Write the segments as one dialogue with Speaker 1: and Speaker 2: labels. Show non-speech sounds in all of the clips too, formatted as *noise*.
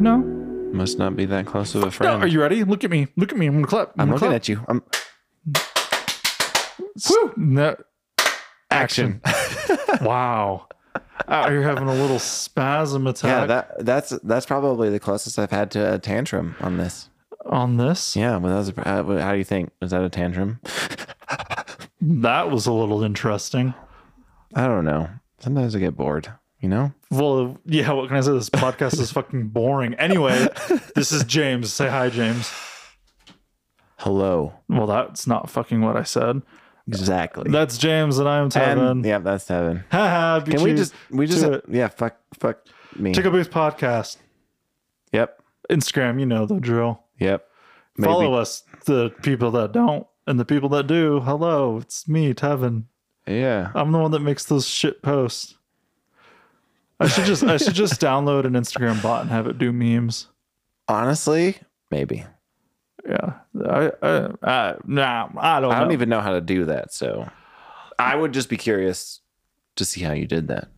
Speaker 1: No.
Speaker 2: Must not be that close of a
Speaker 1: No.
Speaker 2: friend.
Speaker 1: Are you ready? Look at me. Look at me. I'm gonna clap.
Speaker 2: I'm
Speaker 1: gonna
Speaker 2: looking
Speaker 1: clap.
Speaker 2: at you. I'm
Speaker 1: Woo! No.
Speaker 2: action. *laughs*
Speaker 1: wow. Out here having a little spasm
Speaker 2: yeah,
Speaker 1: attack
Speaker 2: that that's that's probably the closest I've had to a tantrum on this.
Speaker 1: on this.
Speaker 2: Yeah, well, that was a, uh, how do you think? Was that a tantrum?
Speaker 1: That was a little interesting.
Speaker 2: I don't know. Sometimes I get bored. You know.
Speaker 1: Well, yeah, what can I say? This podcast is fucking boring. Anyway, this is James. Say hi, James.
Speaker 2: Hello.
Speaker 1: Well, that's not fucking what I said.
Speaker 2: Exactly.
Speaker 1: That's James and I'm
Speaker 2: and,
Speaker 1: Tevin.
Speaker 2: yeah, that's Tevin.
Speaker 1: Haha, beat
Speaker 2: Can we
Speaker 1: you
Speaker 2: just we just
Speaker 1: to it.
Speaker 2: yeah fuck fuck me.
Speaker 1: Tickle Booth Podcast.
Speaker 2: yep.
Speaker 1: Instagram, you know the drill.
Speaker 2: Yep. Maybe.
Speaker 1: Follow us, the people that don't and the people that do. Hello, it's me, Tevin.
Speaker 2: Yeah.
Speaker 1: I'm the one that makes those shit posts. I should just I should
Speaker 2: *laughs*
Speaker 1: just download an Instagram bot and have it do memes.
Speaker 2: Honestly, maybe.
Speaker 1: Yeah. I I, I nah, I don't
Speaker 2: I
Speaker 1: know.
Speaker 2: don't even know how to do that, so I would just be curious to see how you did that.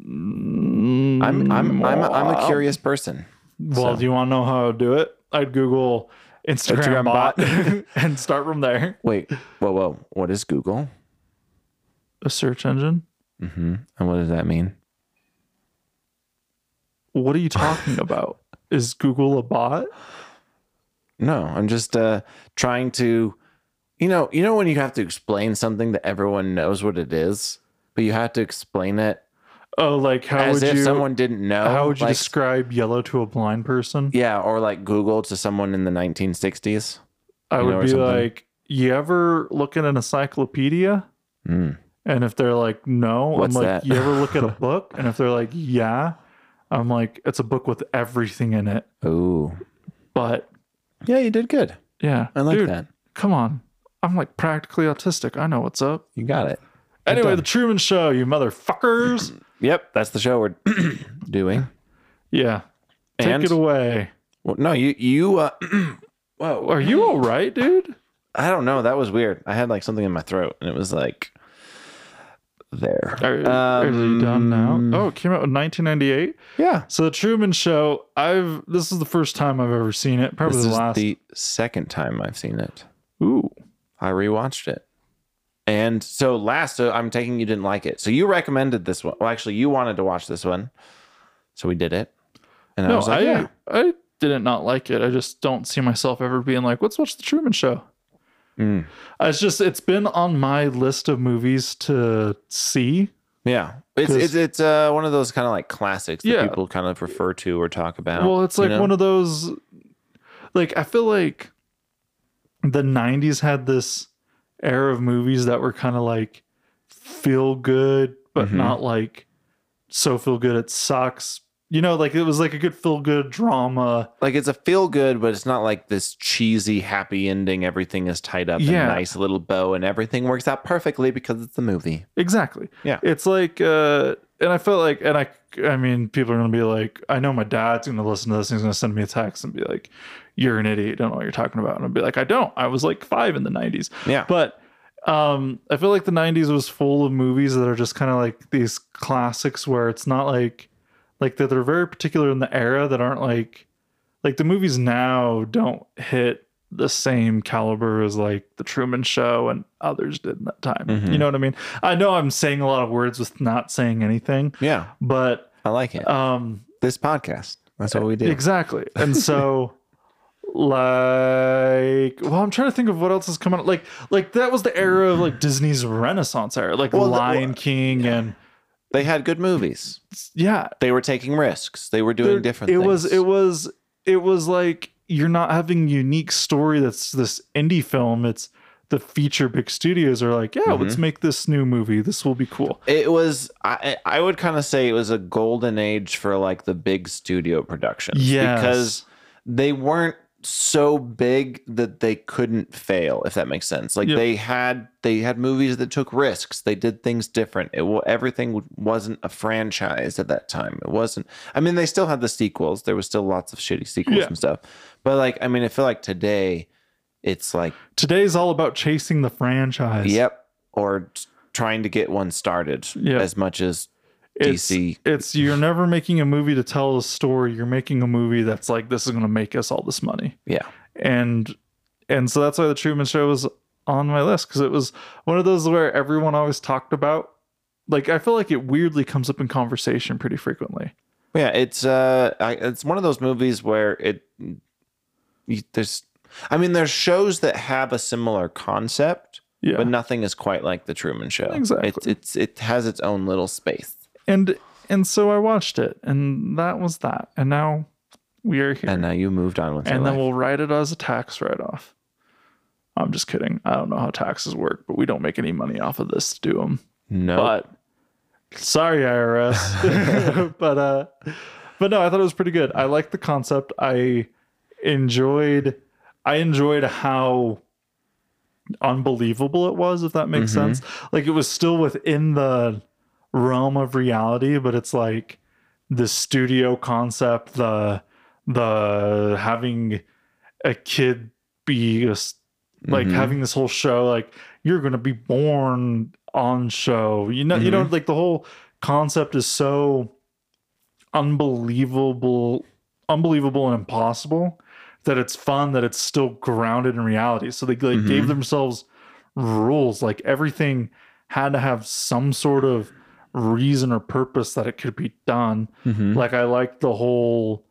Speaker 1: Mm,
Speaker 2: I'm I'm I'm a, I'm a curious person.
Speaker 1: Well, do you want to know how to do it? I'd Google Instagram,
Speaker 2: Instagram
Speaker 1: bot,
Speaker 2: bot.
Speaker 1: *laughs* and start from there.
Speaker 2: Wait, whoa, whoa. What is Google? Mm-hmm.
Speaker 1: A search engine?
Speaker 2: And what does that mean?
Speaker 1: What are you
Speaker 2: *laughs*
Speaker 1: talking about? Is Google a bot?
Speaker 2: No, I'm just uh trying to you know, you know when you have to explain something that everyone knows what it is, but you have to explain it
Speaker 1: Oh, like how
Speaker 2: as
Speaker 1: would
Speaker 2: if
Speaker 1: you
Speaker 2: someone didn't know.
Speaker 1: how would you
Speaker 2: like,
Speaker 1: describe yellow to a blind person?
Speaker 2: Yeah, or like Google to someone in the 1960s.
Speaker 1: I
Speaker 2: you know,
Speaker 1: would
Speaker 2: or
Speaker 1: be
Speaker 2: something.
Speaker 1: like, you ever look at an encyclopedia?
Speaker 2: Mm.
Speaker 1: And if they're like, no,
Speaker 2: What's
Speaker 1: I'm like,
Speaker 2: that?
Speaker 1: you ever look
Speaker 2: *laughs*
Speaker 1: at a book? And if they're like, yeah, I'm like, it's a book with everything in it.
Speaker 2: Oh,
Speaker 1: But
Speaker 2: yeah, you did good.
Speaker 1: yeah,
Speaker 2: I like
Speaker 1: dude,
Speaker 2: that.
Speaker 1: Come on, I'm like practically autistic. I know what's up.
Speaker 2: You got it.
Speaker 1: Anyway,
Speaker 2: done.
Speaker 1: the Truman Show, you motherfuckers.
Speaker 2: *clears throat* Yep, that's the show we're *clears throat* doing.
Speaker 1: yeah, take
Speaker 2: And-
Speaker 1: it away.
Speaker 2: Well, no, you you. Uh, *clears throat* whoa,
Speaker 1: Are you all right, dude?
Speaker 2: I don't know. That was weird. I had like something in my throat, and it was like there.
Speaker 1: Are, are you done
Speaker 2: Um,
Speaker 1: now? Oh, it came out in 1998.
Speaker 2: Yeah,
Speaker 1: So the Truman Show, I've this is the first time I've ever seen it. Probably
Speaker 2: this
Speaker 1: the
Speaker 2: is
Speaker 1: last.
Speaker 2: the second time I've seen it.
Speaker 1: Ooh,
Speaker 2: I rewatched it, and so last so I'm taking you didn't like it. So you recommended this one. Well, actually, you wanted to watch this one, so we did it. And I
Speaker 1: no,
Speaker 2: was like,
Speaker 1: I
Speaker 2: yeah,
Speaker 1: I didn't not like it. I just don't see myself ever being like, let's watch the Truman Show.
Speaker 2: Mm.
Speaker 1: It's just it's been on my list of movies to see.
Speaker 2: yeah. It's
Speaker 1: 'Cause-
Speaker 2: it's, it's uh, one of those kind of like classics that
Speaker 1: Yeah.
Speaker 2: people kind of refer to or talk about.
Speaker 1: Well, it's
Speaker 2: you
Speaker 1: like
Speaker 2: know?
Speaker 1: one of those like I feel like the 90s had this era of movies that were kind of like feel good but
Speaker 2: Mhm.
Speaker 1: not like so feel good it sucks. You know, like it was like a good feel good drama.
Speaker 2: like it's a feel good, but it's not like this cheesy happy ending. Everything is tied up in
Speaker 1: Yeah.
Speaker 2: a nice little bow, and everything works out perfectly because it's a movie.
Speaker 1: Exactly.
Speaker 2: Yeah.
Speaker 1: It's like uh and I felt like and I I mean people are going to be like I know my dad's going to listen to this and he's going to send me a text and be like you're an idiot, you don't know what you're talking about. And I'll be like I don't. I was like 5 in the 90s.
Speaker 2: Yeah,
Speaker 1: But um, I feel like the '90s was full of movies that are just kind of like these classics where it's not like like that they're very particular in the era that aren't like like the movies now don't hit the same caliber as like the Truman Show and others did in that time.
Speaker 2: Mhm.
Speaker 1: You know what I mean? I know I'm saying a lot of words with not saying anything,
Speaker 2: yeah,
Speaker 1: but
Speaker 2: I like it.
Speaker 1: um,
Speaker 2: this podcast. That's what we do.
Speaker 1: Exactly. And
Speaker 2: *laughs*
Speaker 1: so like well I'm trying to think of what else has come out like like that was the era of like Disney's renaissance era like
Speaker 2: Well, the-
Speaker 1: Lion King and
Speaker 2: They had good movies.
Speaker 1: yeah
Speaker 2: They were taking risks. They were doing
Speaker 1: there-
Speaker 2: different.
Speaker 1: it
Speaker 2: things.
Speaker 1: was it was it was like you're not having unique story that's this indie film it's the feature big studios are like yeah let's
Speaker 2: Mm-hmm.
Speaker 1: make this new movie this will be cool
Speaker 2: It was. I I would kind of say it was a golden age for like the big studio productions.
Speaker 1: Yes.
Speaker 2: because they weren't so big that they couldn't fail. If that makes sense. Like
Speaker 1: Yep.
Speaker 2: they had they had movies that took risks. They did things different. It wa- everything w- wasn't a franchise at that time. It wasn't. I mean, they still had the sequels. There was still lots of shitty sequels
Speaker 1: Yeah.
Speaker 2: and stuff. But like, I mean, I feel like today, it's like
Speaker 1: today's all about chasing the franchise
Speaker 2: Yep. Or t- trying to get one started
Speaker 1: Yeah.
Speaker 2: as much as
Speaker 1: It's-
Speaker 2: DC.
Speaker 1: It's you're never making a movie to tell a story. You're making a movie that's like this is going to make us all this money.
Speaker 2: Yeah.
Speaker 1: and and so that's why the Truman Show was on my list because it was one of those where everyone always talked about. Like I feel like it weirdly comes up in conversation pretty frequently.
Speaker 2: Yeah, it's uh, I, it's one of those movies where it you, there's, I mean, there's shows that have a similar concept,
Speaker 1: Yeah,
Speaker 2: but nothing is quite like the Truman Show.
Speaker 1: Exactly.
Speaker 2: It, it's it has its own little space,
Speaker 1: and and so I watched it, and that was that. And now we are here,
Speaker 2: and
Speaker 1: and,
Speaker 2: now you moved on with your
Speaker 1: then
Speaker 2: life.
Speaker 1: we'll write it as a tax write-off. I'm just kidding. I don't know how taxes work, but we don't make any money off of this to do them.
Speaker 2: no,
Speaker 1: but sorry IRS. *laughs* but uh but no, I thought it was pretty good. I liked the concept. I enjoyed I enjoyed how unbelievable it was if that makes
Speaker 2: Mhm.
Speaker 1: sense. Like it was still within the realm of reality, but it's like the studio concept, the the having a kid be a s- like
Speaker 2: Mhm.
Speaker 1: having this whole show like you're gonna be born on show you know you know like the whole concept is so unbelievable unbelievable and impossible that it's fun that it's still grounded in reality so they like
Speaker 2: Mhm.
Speaker 1: gave themselves rules like everything had to have some sort of reason or purpose that it could be done
Speaker 2: Mhm.
Speaker 1: like i liked the whole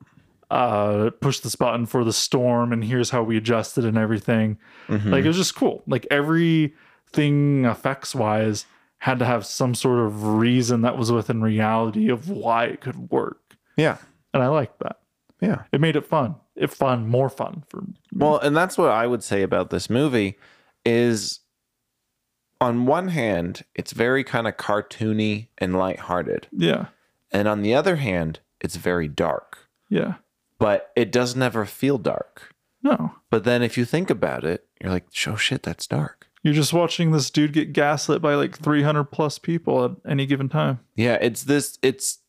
Speaker 1: uh push this button for the storm and here's how we adjusted and everything
Speaker 2: Mhm.
Speaker 1: like it was just cool. Like everything effects wise had to have some sort of reason that was within reality of why it could work.
Speaker 2: yeah,
Speaker 1: And I liked that.
Speaker 2: yeah.
Speaker 1: It made it fun. It fun, more fun for me.
Speaker 2: Well, and that's what I would say about this movie is on one hand, it's very kind of cartoony and lighthearted.
Speaker 1: Yeah.
Speaker 2: And on the other hand, it's very dark.
Speaker 1: Yeah.
Speaker 2: But it doesn't ever feel dark.
Speaker 1: No.
Speaker 2: But then if you think about it, you're like, oh shit, that's dark.
Speaker 1: You're just watching this dude get gaslit by like 300 plus people at any given time.
Speaker 2: Yeah, it's this it's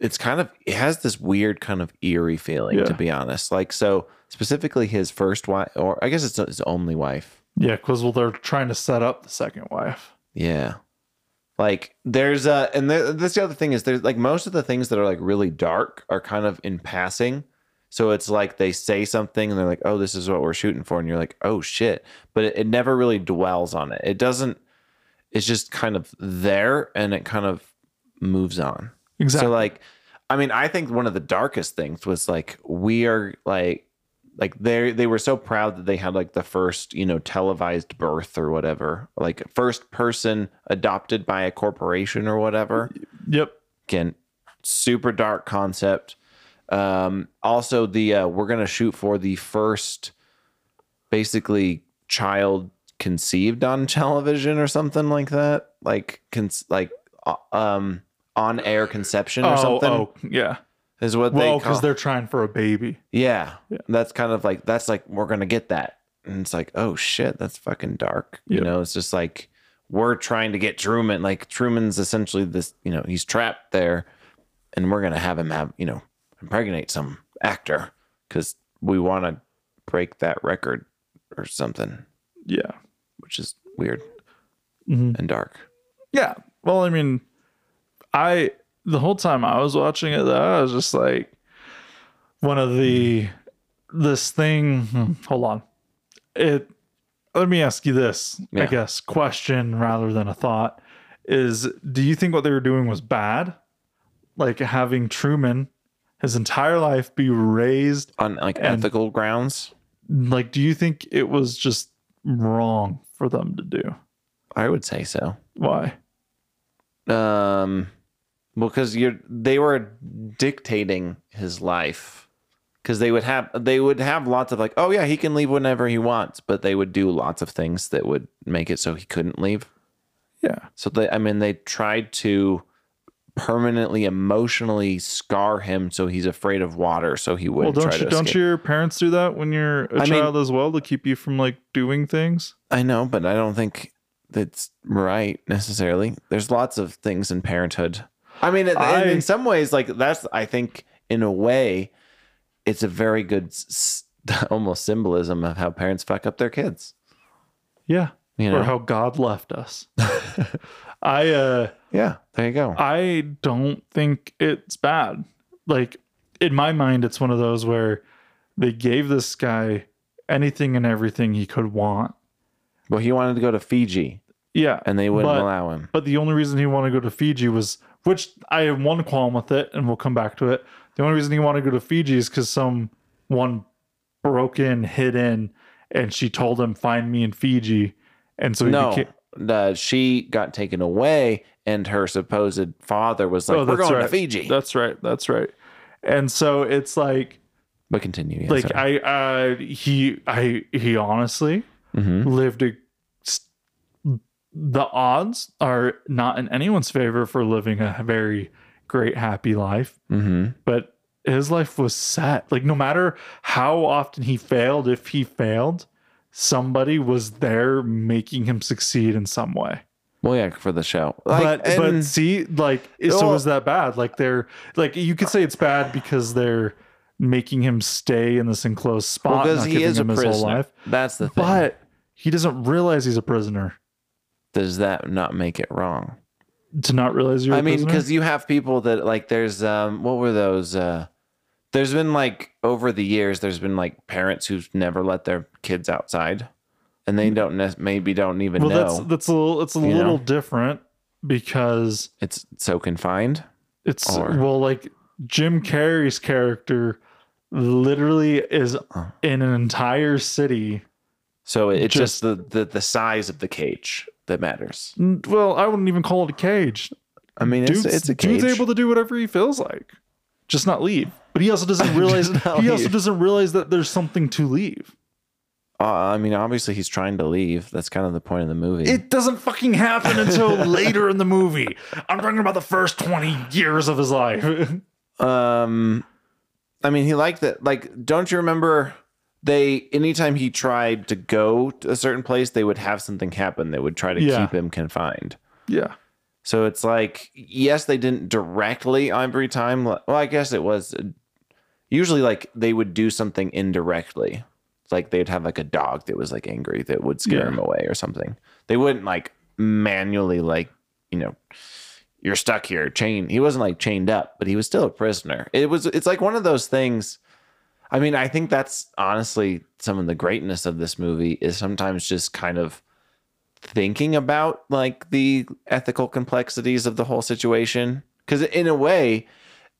Speaker 2: it's kind of it has this weird kind of eerie feeling
Speaker 1: Yeah.
Speaker 2: to be honest. Like so specifically his first wife or I guess it's his only wife.
Speaker 1: Yeah, because well, they're trying to set up the second wife.
Speaker 2: Yeah. Like there's a and there, that's the other thing is there's like most of the things that are like really dark are kind of in passing. So it's like they say something and they're like, "Oh, this is what we're shooting for," and you're like, "Oh shit!" But it, it never really dwells on it. It doesn't. It's just kind of there and it kind of moves on.
Speaker 1: Exactly.
Speaker 2: So like, I mean, I think one of the darkest things was like we are like like they they were so proud that they had like the first you know televised birth or whatever like first person adopted by a corporation or whatever
Speaker 1: yep.
Speaker 2: again super dark concept um also the uh, we're gonna shoot for the first basically child conceived on *laughs* television or something like that like cons- like uh, um on air conception or
Speaker 1: Oh,
Speaker 2: something
Speaker 1: oh, yeah.
Speaker 2: is what
Speaker 1: Well,
Speaker 2: they call
Speaker 1: because they're trying for a baby.
Speaker 2: yeah.
Speaker 1: Yeah.
Speaker 2: That's kind of like that's like we're gonna get that. And it's like, oh shit, that's fucking dark. You
Speaker 1: Yeah.
Speaker 2: know, it's just like we're trying to get Truman. Like Truman's essentially this, you know, he's trapped there and we're gonna have him have, you know, impregnate some actor because we wanna break that record or something,
Speaker 1: Yeah.
Speaker 2: which is weird
Speaker 1: Mhm.
Speaker 2: and dark.
Speaker 1: Yeah. Well, I mean, I the whole time I was watching it, though, I was just like, one of the this thing. hmm, Hold on. It. Let me ask you this. I
Speaker 2: Yeah.
Speaker 1: guess question rather than a thought is: Do you think what they were doing was bad? Like having Truman his entire life be raised.
Speaker 2: On like
Speaker 1: And-
Speaker 2: ethical grounds,
Speaker 1: Like, do you think it was just wrong for them to do?
Speaker 2: I would say so.
Speaker 1: Why?
Speaker 2: Um, because you're they were dictating his life because they would have they would have lots of like oh yeah he can leave whenever he wants but they would do lots of things that would make it so he couldn't leave
Speaker 1: Yeah.
Speaker 2: so they i mean they tried to permanently emotionally scar him so he's afraid of water so he
Speaker 1: Well,
Speaker 2: wouldn't
Speaker 1: don't
Speaker 2: try
Speaker 1: you
Speaker 2: to
Speaker 1: don't
Speaker 2: escape.
Speaker 1: your parents do that when you're a
Speaker 2: I mean-
Speaker 1: child as well to keep you from like doing things?
Speaker 2: I know, but I don't think that's right necessarily. There's lots of things in parenthood. I mean, in-
Speaker 1: I-
Speaker 2: in some ways, like that's, I think, in a way, it's a very good s- s- *laughs* almost symbolism of how parents fuck up their kids.
Speaker 1: Yeah,
Speaker 2: You
Speaker 1: or
Speaker 2: know? *laughs*
Speaker 1: how God left us. I uh
Speaker 2: Yeah, there you go.
Speaker 1: I don't think it's bad. Like in my mind, it's one of those where they gave this guy anything and everything he could want.
Speaker 2: Well, he wanted to go to Fiji
Speaker 1: Yeah.
Speaker 2: and they wouldn't
Speaker 1: But-
Speaker 2: allow him.
Speaker 1: But the only reason he wanted to go to Fiji was, which I have one qualm with it, and we'll come back to it. The only reason he wanted to go to Fiji is because someone broke in, hid in, and she told him, "Find me in Fiji." And so he
Speaker 2: No,
Speaker 1: became,
Speaker 2: the, she got taken away, and her supposed father was like,
Speaker 1: Oh,
Speaker 2: "We're
Speaker 1: that's
Speaker 2: going to
Speaker 1: right.
Speaker 2: Fiji."
Speaker 1: that's right, that's right. And so it's like,
Speaker 2: but continue. Yeah,
Speaker 1: like I, uh, he, I, he honestly
Speaker 2: mm-hmm.
Speaker 1: lived a, s- the odds are not in anyone's favor for living a very great happy life
Speaker 2: Mm-hmm.
Speaker 1: but his life was set. Like no matter how often he failed, if he failed, somebody was there making him succeed in some way.
Speaker 2: Well, yeah, for the show. Like,
Speaker 1: but but
Speaker 2: and-
Speaker 1: see, like so
Speaker 2: Well-
Speaker 1: was that bad? Like they're like you could say it's bad because they're making him stay in this enclosed
Speaker 2: well,
Speaker 1: spot
Speaker 2: because
Speaker 1: not
Speaker 2: he
Speaker 1: giving
Speaker 2: is a
Speaker 1: him his
Speaker 2: prisoner.
Speaker 1: whole life.
Speaker 2: That's the thing.
Speaker 1: But he doesn't realize he's a prisoner.
Speaker 2: Does that not make it wrong?
Speaker 1: To not realize you're
Speaker 2: I
Speaker 1: a
Speaker 2: mean,
Speaker 1: prisoner?
Speaker 2: because you have people that like. There's um, what were those? Uh, there's been like over the years, there's been like parents who've never let their kids outside, and they don't ne- maybe don't even
Speaker 1: Mm. well
Speaker 2: know
Speaker 1: that's that's a little it's a
Speaker 2: You know?
Speaker 1: little different because
Speaker 2: it's so confined.
Speaker 1: It's
Speaker 2: Or-
Speaker 1: well, like Jim Carrey's character literally is
Speaker 2: Oh.
Speaker 1: in an entire city.
Speaker 2: So it- it's just, the, the the size of the cage that matters.
Speaker 1: N- Well, I wouldn't even call it a cage.
Speaker 2: I mean, it's
Speaker 1: Dude's,
Speaker 2: it's a cage.
Speaker 1: dude's able to do whatever he feels like, just not leave. But he also *laughs* doesn't realize
Speaker 2: Just not
Speaker 1: he also
Speaker 2: leave.
Speaker 1: doesn't realize that there's something to leave.
Speaker 2: uh, I mean, obviously he's trying to leave. That's kind of the point of the movie.
Speaker 1: It doesn't fucking happen *laughs* until later in the movie. I'm talking about the first 20 years of his life.
Speaker 2: Um, I mean, he liked that. Like, don't you remember? They anytime he tried to go to a certain place, they would have something happen that would try to
Speaker 1: Yeah.
Speaker 2: keep him confined.
Speaker 1: *laughs* yeah.
Speaker 2: So it's like, yes, they didn't directly every time. Well, I guess it was uh, usually like they would do something indirectly. It's Like they'd have like a dog that was like angry that would scare
Speaker 1: Yeah.
Speaker 2: him away or something. They wouldn't like manually like you know you're stuck here chain. He wasn't like chained up, but he was still a prisoner. It was it's like one of those things. I mean, I think that's honestly some of the greatness of this movie is sometimes just kind of thinking about like the ethical complexities of the whole situation because in a way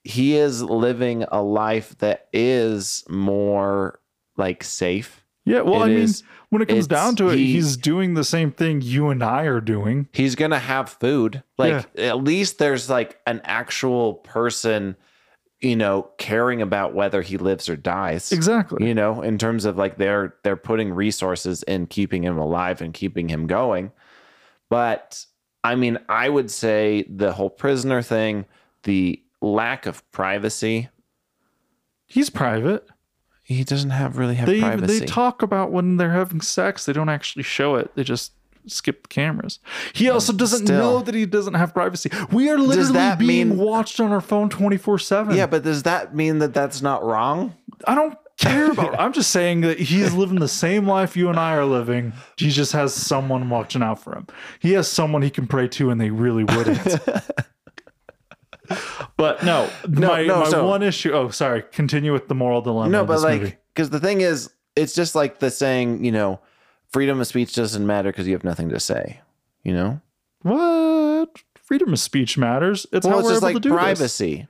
Speaker 2: he is living a life that is more like safe
Speaker 1: Yeah. Well,
Speaker 2: It
Speaker 1: I mean,
Speaker 2: is-
Speaker 1: when it comes
Speaker 2: it's-
Speaker 1: down to it,
Speaker 2: he-
Speaker 1: he's doing the same thing you and I are doing.
Speaker 2: he's gonna have food like at least there's like an actual person you know caring about whether he lives or dies
Speaker 1: Exactly.
Speaker 2: you know in terms of like they're they're putting resources in keeping him alive and keeping him going but i mean i would say the whole prisoner thing the lack of privacy
Speaker 1: He's private.
Speaker 2: he doesn't have really have
Speaker 1: They
Speaker 2: privacy
Speaker 1: they talk about when they're having sex. They don't actually show it. They just skip the cameras. He also doesn't
Speaker 2: still.
Speaker 1: know that he doesn't have privacy. We are literally
Speaker 2: that
Speaker 1: being
Speaker 2: mean-
Speaker 1: watched on our phone 24/7.
Speaker 2: yeah but does that mean that that's not wrong
Speaker 1: I don't care
Speaker 2: *laughs*
Speaker 1: about it. I'm just saying that he's living the same life you and I are living. He just has someone watching out for him. He has someone he can pray to and they really wouldn't.
Speaker 2: *laughs*
Speaker 1: But no, my,
Speaker 2: no,
Speaker 1: my
Speaker 2: so-
Speaker 1: one issue. Oh, sorry. Continue with the moral dilemma.
Speaker 2: no
Speaker 1: of
Speaker 2: but
Speaker 1: this
Speaker 2: like
Speaker 1: movie.
Speaker 2: because the thing is it's just like the saying you know freedom of speech doesn't matter because you have nothing to say you know
Speaker 1: What? Freedom of speech matters. It's how
Speaker 2: well, it's
Speaker 1: we're
Speaker 2: just
Speaker 1: able
Speaker 2: like
Speaker 1: to do this.
Speaker 2: privacy.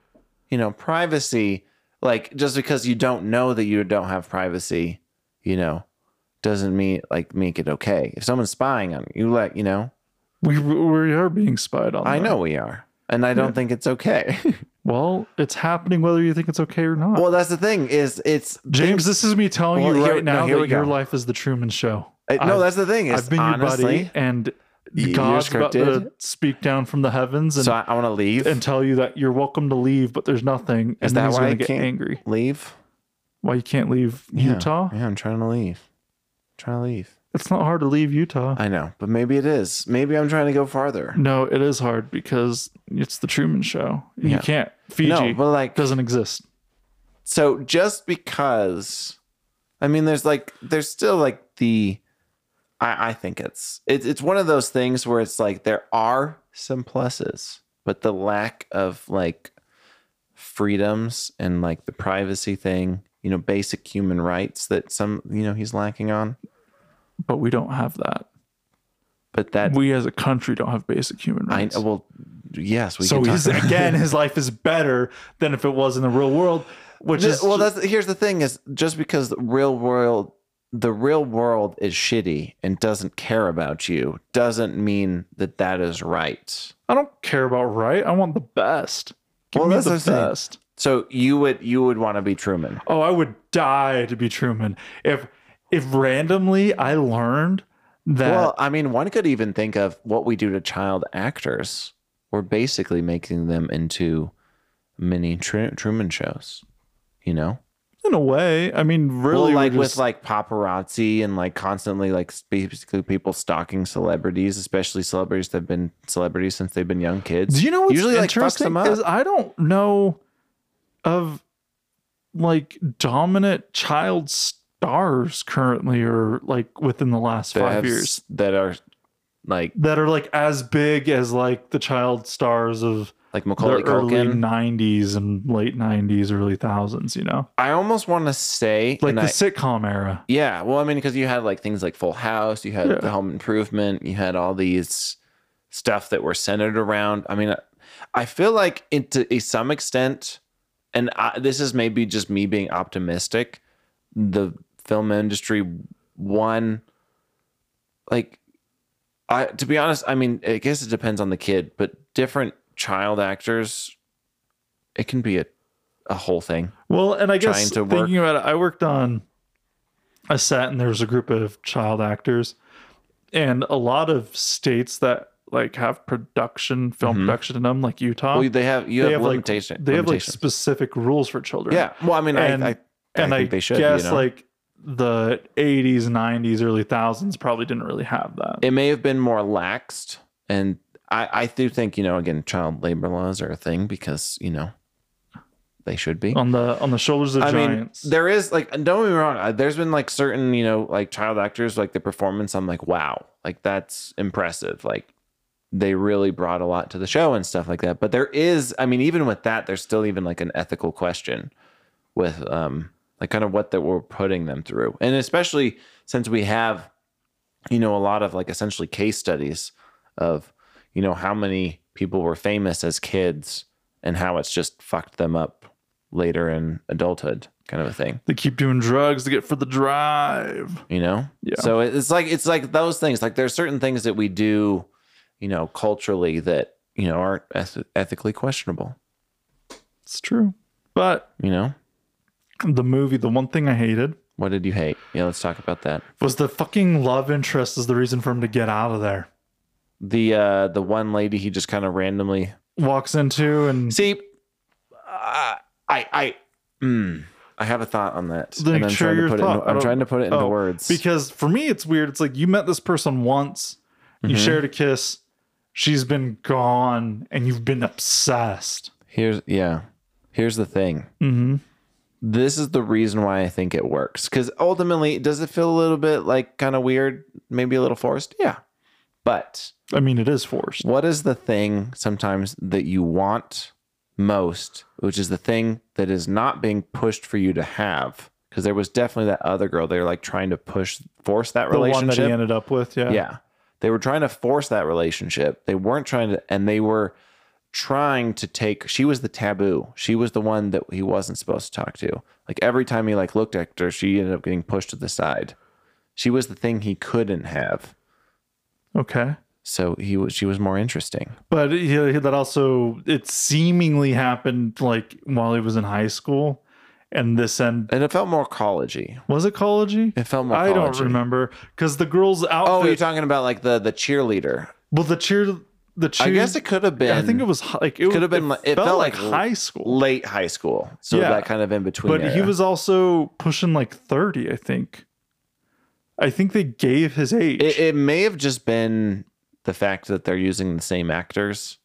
Speaker 2: You know, privacy. Like just because you don't know that you don't have privacy, you know, doesn't mean like make it okay. If someone's spying on you, you let you know.
Speaker 1: We we are being spied on.
Speaker 2: I
Speaker 1: though.
Speaker 2: know we are, and I don't
Speaker 1: Yeah.
Speaker 2: think
Speaker 1: *laughs*
Speaker 2: it's okay.
Speaker 1: Well, it's happening whether you think it's okay or not.
Speaker 2: well, that's the thing. Is it's
Speaker 1: James, this is me telling
Speaker 2: Well,
Speaker 1: you
Speaker 2: here-
Speaker 1: right
Speaker 2: no,
Speaker 1: now
Speaker 2: here we
Speaker 1: that your
Speaker 2: go.
Speaker 1: life is the Truman Show.
Speaker 2: it- uh, no,
Speaker 1: I've-
Speaker 2: that's the thing. Is
Speaker 1: I've been
Speaker 2: honestly,
Speaker 1: your buddy, and
Speaker 2: y- you're
Speaker 1: God's about to
Speaker 2: scripted.
Speaker 1: speak down from the heavens and,
Speaker 2: so I, I want to leave.
Speaker 1: and tell you that you're welcome to leave, but there's nothing. And
Speaker 2: Is
Speaker 1: then
Speaker 2: that
Speaker 1: he's
Speaker 2: why
Speaker 1: gonna
Speaker 2: I
Speaker 1: get
Speaker 2: can't-
Speaker 1: angry?
Speaker 2: leave
Speaker 1: Why you can't leave
Speaker 2: Yeah.
Speaker 1: Utah?
Speaker 2: Yeah, I'm trying to leave. trying to leave.
Speaker 1: It's not hard to leave Utah.
Speaker 2: I know, but maybe it is. Maybe I'm trying to go farther.
Speaker 1: no, it is hard because it's the Truman Show. You
Speaker 2: Yeah.
Speaker 1: can't. Fiji
Speaker 2: No, but like
Speaker 1: doesn't exist.
Speaker 2: so just because i mean there's like there's still like the I, I think it's it's it's one of those things where it's like there are some pluses, but the lack of like freedoms and like the privacy thing, you know, basic human rights that some you know he's lacking on.
Speaker 1: But we don't have that.
Speaker 2: But that
Speaker 1: we as a country don't have basic human
Speaker 2: I
Speaker 1: rights.
Speaker 2: well, yes, we
Speaker 1: so
Speaker 2: can talk
Speaker 1: he's
Speaker 2: about-
Speaker 1: again, his life is better than if it was in the real world, which
Speaker 2: Ju-
Speaker 1: is
Speaker 2: well that's here's the thing is just because the real world the real world is shitty and doesn't care about you doesn't mean that that is right
Speaker 1: I don't care about right. I want the best. Give
Speaker 2: Well,
Speaker 1: me
Speaker 2: that's
Speaker 1: the
Speaker 2: what I'm saying.
Speaker 1: best.
Speaker 2: so you would you would want to be truman
Speaker 1: Oh, I would die to be Truman if if randomly I learned that.
Speaker 2: well i mean one could even think of what we do to child actors we're basically making them into mini Tru- truman shows you know
Speaker 1: in a way, I mean, really,
Speaker 2: well, like
Speaker 1: we're
Speaker 2: with
Speaker 1: just-
Speaker 2: like paparazzi and like constantly like basically people stalking celebrities, especially celebrities that've been celebrities since they've been young kids.
Speaker 1: Do you know what's
Speaker 2: usually like fucks
Speaker 1: interesting
Speaker 2: them up?
Speaker 1: is I don't know of like dominant child stars currently or like within the last
Speaker 2: that
Speaker 1: five
Speaker 2: have s-
Speaker 1: years
Speaker 2: that are like
Speaker 1: that are like as big as like the child stars of
Speaker 2: like
Speaker 1: the
Speaker 2: Macaulay
Speaker 1: early
Speaker 2: Culkin.
Speaker 1: 90s and late 90s early thousands you know
Speaker 2: I almost want to say
Speaker 1: like
Speaker 2: and
Speaker 1: the
Speaker 2: I-
Speaker 1: sitcom era
Speaker 2: yeah. Well, I mean, because you had like things like Full House, you had
Speaker 1: Yeah.
Speaker 2: the Home Improvement, you had all these stuff that were centered around. I mean, I- I feel like it to some extent, and I, this is maybe just me being optimistic. the film industry one like i to be honest i mean i guess it depends on the kid but different child actors it can be a, a whole thing
Speaker 1: well and i guess
Speaker 2: Trying to work-
Speaker 1: thinking about it i worked on a set and there was a group of child actors and a lot of states that like have production film
Speaker 2: Mhm.
Speaker 1: production in them like utah
Speaker 2: well they have you
Speaker 1: they
Speaker 2: have,
Speaker 1: have, like-
Speaker 2: limitation
Speaker 1: they have like
Speaker 2: limitations.
Speaker 1: specific rules for children
Speaker 2: yeah well i mean
Speaker 1: and
Speaker 2: I, I,
Speaker 1: and
Speaker 2: I
Speaker 1: i,
Speaker 2: think they should, you
Speaker 1: guess
Speaker 2: know?
Speaker 1: like the 80s 90s early thousands probably didn't really have that
Speaker 2: it may have been more laxed and i i do think you know again child labor laws are a thing because you know they should be
Speaker 1: on the on the shoulders of
Speaker 2: I
Speaker 1: giants
Speaker 2: mean, there is like, don't get me wrong. uh, There's been like certain, you know, like child actors, like the performance. I'm like, wow, like that's impressive. Like they really brought a lot to the show and stuff like that. But there is, I mean, even with that, there's still even like an ethical question with, um, like kind of what that we're putting them through, and especially since we have, you know, a lot of like essentially case studies of, you know, how many people were famous as kids and how it's just fucked them up later in adulthood kind of a thing
Speaker 1: they keep doing drugs to get for the drive
Speaker 2: you know
Speaker 1: Yeah.
Speaker 2: so it's like it's like those things like there's certain things that we do you know culturally that you know aren't eth- ethically questionable
Speaker 1: It's true. But
Speaker 2: you know
Speaker 1: the movie, the one thing I hated
Speaker 2: what did you hate yeah let's talk about that
Speaker 1: was the fucking love interest is the reason for him to get out of there.
Speaker 2: the uh the one lady he just kind of randomly
Speaker 1: Walks into and
Speaker 2: see uh, i i mm, i have a thought on that
Speaker 1: Then
Speaker 2: i'm
Speaker 1: share
Speaker 2: trying to
Speaker 1: your
Speaker 2: put
Speaker 1: thought.
Speaker 2: it
Speaker 1: I
Speaker 2: in, i'm
Speaker 1: don't-
Speaker 2: trying to put it into
Speaker 1: oh,
Speaker 2: words
Speaker 1: because for me it's weird. It's like you met this person once, you
Speaker 2: Mhm.
Speaker 1: shared a kiss, she's been gone, and you've been obsessed.
Speaker 2: here's yeah here's the thing
Speaker 1: Mm-hmm.
Speaker 2: this is the reason why I think it works. Because ultimately, does it feel a little bit like kind of weird, maybe a little forced? Yeah. But
Speaker 1: I mean, it is forced.
Speaker 2: what is the thing sometimes that you want most, which is the thing that is not being pushed for you to have? Because there was definitely that other girl. They were like trying to push, force that
Speaker 1: The one that he
Speaker 2: relationship.
Speaker 1: ended up with, yeah.
Speaker 2: Yeah. They were trying to force that relationship. They weren't trying to, and they were trying to take, she was the taboo. She was the one that he wasn't supposed to talk to. Like every time he like looked at her, she ended up getting pushed to the side. She was the thing he couldn't have.
Speaker 1: Okay.
Speaker 2: So he was, she was more interesting.
Speaker 1: But he, he- that also it seemingly happened like while he was in high school, and this end
Speaker 2: And it felt more collegey.
Speaker 1: was it collegey?
Speaker 2: It felt more
Speaker 1: I don't
Speaker 2: collegey.
Speaker 1: remember because the girl's outfit.
Speaker 2: Oh, you're talking about like the, the cheerleader.
Speaker 1: well, the cheer, the cheer.
Speaker 2: I guess it could have been.
Speaker 1: I think it was hi- like it
Speaker 2: could have been
Speaker 1: It,
Speaker 2: like- it
Speaker 1: felt,
Speaker 2: felt
Speaker 1: like
Speaker 2: like
Speaker 1: high school,
Speaker 2: late high school. So
Speaker 1: Yeah.
Speaker 2: that kind of in between.
Speaker 1: but he
Speaker 2: era.
Speaker 1: was also pushing like thirty. I think. I think they gave his age.
Speaker 2: It, it may have just been the fact that they're using the same actors